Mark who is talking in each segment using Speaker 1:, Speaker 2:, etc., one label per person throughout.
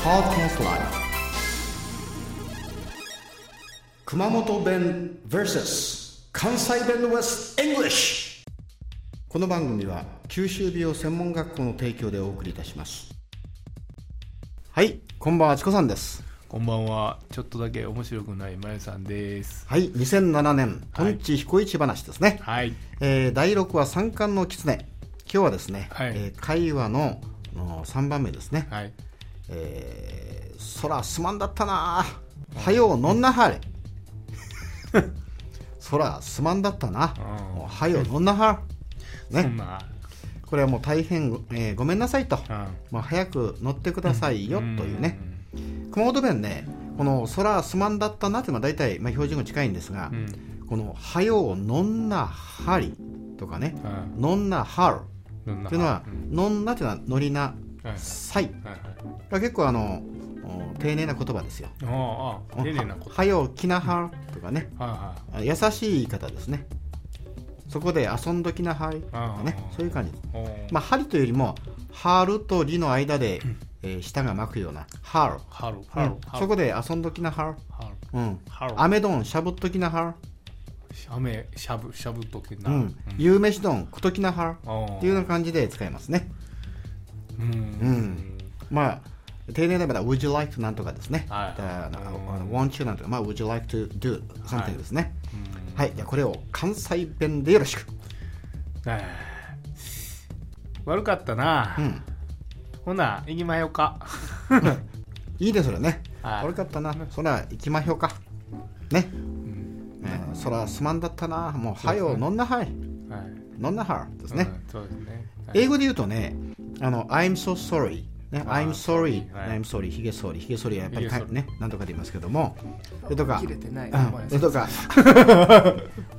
Speaker 1: Podcast Live 熊本弁 vs 関西弁 West English この番組は九州美容専門学校の提供でお送りいたしますはいこんばんはチコさんです
Speaker 2: こんばんは。ちょっとだけ面白くないまゆさんです。
Speaker 1: はい2007年と
Speaker 2: はい
Speaker 1: んち彦市話ですね、
Speaker 2: はい。
Speaker 1: えー第6話三冠の狐今日はですね、
Speaker 2: はい
Speaker 1: えー会話の3番目ですね、
Speaker 2: はい。
Speaker 1: えー、そらすまんだったなはよう飲んなはれ そらすまんだったな
Speaker 2: うん
Speaker 1: もうはよう飲んなはれ
Speaker 2: そ
Speaker 1: ね
Speaker 2: んな、
Speaker 1: これはもう大変、えーごめんなさいと、
Speaker 2: う
Speaker 1: まあ、早く乗ってくださいよ
Speaker 2: ん。
Speaker 1: というね熊本弁ねこの「そらすまんだったな」っていうのは大体、まあ、標準語に近いんですが
Speaker 2: うん。、うん。
Speaker 1: この「はよう飲んなはり」とかね
Speaker 2: うん
Speaker 1: 「飲んなはる」
Speaker 2: どん
Speaker 1: っ
Speaker 2: な
Speaker 1: ていうのは
Speaker 2: うん
Speaker 1: 「飲んな」っていうのは「乗りな
Speaker 2: はい
Speaker 1: さい」
Speaker 2: はいはい
Speaker 1: が結構あのお丁寧な言葉ですよ。
Speaker 2: ああああ、丁寧なこと。
Speaker 1: はよきなはとかね、
Speaker 2: はいは
Speaker 1: あ優しい言い方ですね。そこで遊んどきなはいとかね
Speaker 2: あ、ー
Speaker 1: そういう感じ。
Speaker 2: い。おー
Speaker 1: まあ、はりというよりも、はるとりの間で、えー舌が巻くような、はる。
Speaker 2: ハロー、
Speaker 1: う
Speaker 2: ハロ
Speaker 1: ん
Speaker 2: ー、ハ
Speaker 1: そ
Speaker 2: ロー、
Speaker 1: こで遊んどきなはる。
Speaker 2: ハロ
Speaker 1: うん。
Speaker 2: ー、ハロー。
Speaker 1: 雨どんしゃぶっときなは
Speaker 2: 雨、しゃぶ、しゃぶっとけ
Speaker 1: る。
Speaker 2: な。
Speaker 1: うん。夕飯どんくときなはる。
Speaker 2: っ
Speaker 1: っていうような感じで使いますね。
Speaker 2: うん。うん。
Speaker 1: まあ、丁寧な場合は、would you like to なんとかですね。
Speaker 2: はい
Speaker 1: だからあ
Speaker 2: うん
Speaker 1: のあの want you なんとか、まあ、would you like to do something ですね。はい、じゃあこれを関西弁でよろしく。
Speaker 2: ああ悪かったな。
Speaker 1: うん。
Speaker 2: ほな、行きまようか。
Speaker 1: いいね、それね。
Speaker 2: はい
Speaker 1: 悪かったな。そら、行きまひょうか。ね。えーそら、すまんだったな。もう、はよ、飲んなはい。
Speaker 2: はい。
Speaker 1: 飲んなはですね。
Speaker 2: うん。そうですね。はい
Speaker 1: 英語で言うとね、あの、I'm so sorry。ね、
Speaker 2: あー
Speaker 1: I'm sorry、
Speaker 2: は
Speaker 1: I'm
Speaker 2: い
Speaker 1: sorry、ひげ総理、ひげ総理はやっぱりか
Speaker 2: ひげ総理
Speaker 1: ね、なんとかで言いますけども、それとか、
Speaker 3: 切れてない
Speaker 1: うん
Speaker 3: お前
Speaker 1: それとか、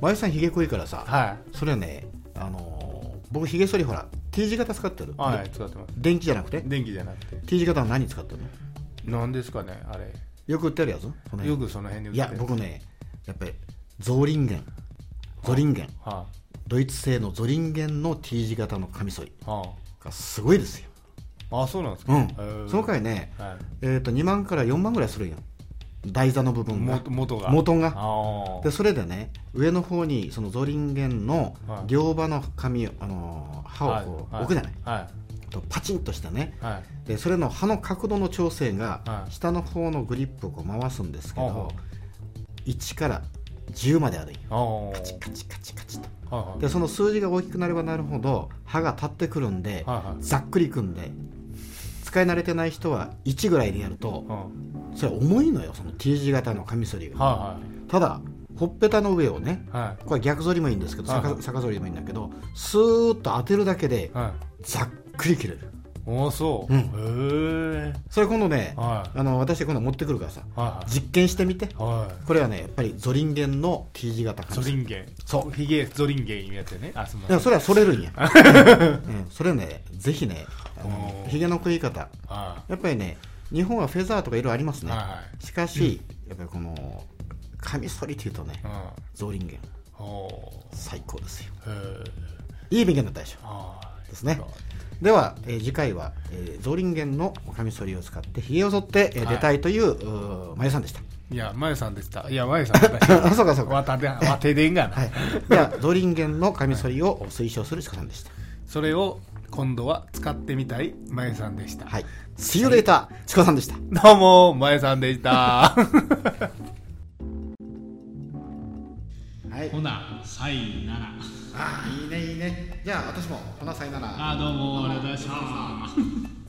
Speaker 1: まゆさん、ひげ濃いからさ、
Speaker 2: は
Speaker 1: それはね、あのー僕、ひげ剃り、ほら、T 字型使ってる。
Speaker 2: い。はい、使ってます。
Speaker 1: 電気じゃなくて、
Speaker 2: 電気じゃなくて。
Speaker 1: T 字型は何使ってるの
Speaker 2: なんですかね、あれ。
Speaker 1: よく売ってるやつこの辺
Speaker 2: よくその辺で
Speaker 1: いや僕ねやっぱりゾーリンゲンゾリンゲン
Speaker 2: は
Speaker 1: ドイツ製のゾリンゲンの T 字型のカミソリ
Speaker 2: あ、は
Speaker 1: がすごいですよ
Speaker 2: あ、あそうなんですか、
Speaker 1: う
Speaker 2: へー
Speaker 1: んその回ね
Speaker 2: は
Speaker 1: えっ、と2万から4万ぐらいするんよ台座の部
Speaker 2: い、
Speaker 1: 分が
Speaker 2: 元元が
Speaker 1: 元
Speaker 2: あ
Speaker 1: が
Speaker 2: あ
Speaker 1: でそれでね上の方にそのゾリンゲンの
Speaker 2: はい
Speaker 1: 両刃の紙を、あのー刃をこう
Speaker 2: は
Speaker 1: 置くじゃない、
Speaker 2: は
Speaker 1: とパチンとしたね
Speaker 2: いはい
Speaker 1: でそれの刃の角度の調整が
Speaker 2: はい
Speaker 1: 下の方のグリップをこう回すんですけ
Speaker 2: ほう
Speaker 1: ど
Speaker 2: ほ
Speaker 1: 1から10まであるんよ
Speaker 2: うあ
Speaker 1: カチカチカチカチと
Speaker 2: あはい
Speaker 1: でその数字が大きくなればなるほど歯が立ってくるんで、
Speaker 2: はいはい
Speaker 1: ざっくり組んで使い慣れてない人は1ぐらいでやると
Speaker 2: はい
Speaker 1: それ重いのよその T 字型のカミソリが、
Speaker 2: は
Speaker 1: ただほっぺたの上をね
Speaker 2: いはいはい
Speaker 1: これ逆反りもいいんですけど
Speaker 2: はいはい
Speaker 1: 逆逆反りでもいいんだけどスーッと当てるだけで
Speaker 2: はい
Speaker 1: ざっくり切れる
Speaker 2: おーそう、
Speaker 1: うん
Speaker 2: へえ
Speaker 1: それ今度ね
Speaker 2: は
Speaker 1: あの私今度持ってくるからさ
Speaker 2: いはい
Speaker 1: 実験してみて
Speaker 2: は
Speaker 1: これはねやっぱりゾリンゲンの T 字型
Speaker 2: い
Speaker 1: カミ
Speaker 2: ゾ
Speaker 1: ソリ
Speaker 2: リンゲン
Speaker 1: そう
Speaker 2: ヒゲゾリンゲンいうやつやねあすみ
Speaker 1: で
Speaker 2: ません
Speaker 1: もそれはそれるんや、 うん、それねぜひねあの
Speaker 2: おー
Speaker 1: ひげの食い方
Speaker 2: は
Speaker 1: やっぱりね日本はフェザーとかいろいろあります
Speaker 2: い
Speaker 1: ね
Speaker 2: は
Speaker 1: しかし、やっぱりこのカミソリっていうとね
Speaker 2: いはい
Speaker 1: ゾーリンゲン
Speaker 2: うんお
Speaker 1: 最高ですよ
Speaker 2: ーへえ
Speaker 1: いい勉強になったでしょ
Speaker 2: はい
Speaker 1: ですねでは、えー次回は、えーゾーリンゲンのカミソリを使ってひげを剃って、えー
Speaker 2: はい
Speaker 1: 出たいという,、うーまゆさんでした
Speaker 2: いやまゆさんでしたいやまゆさんでした
Speaker 1: あ そうかそうか
Speaker 2: わたでわてでんがな、
Speaker 1: はいではゾーリンゲンのカミソリを推奨するしこさんでした
Speaker 2: それを今度は使ってみたいまゆさんでした、
Speaker 1: はい See you later しこさんでした
Speaker 2: どうもまゆさんでした
Speaker 1: はい
Speaker 4: ほな、サインなら。
Speaker 1: ああいいねいいねじゃあ私もこの際なら
Speaker 4: あ、どうも、ありがとうございました。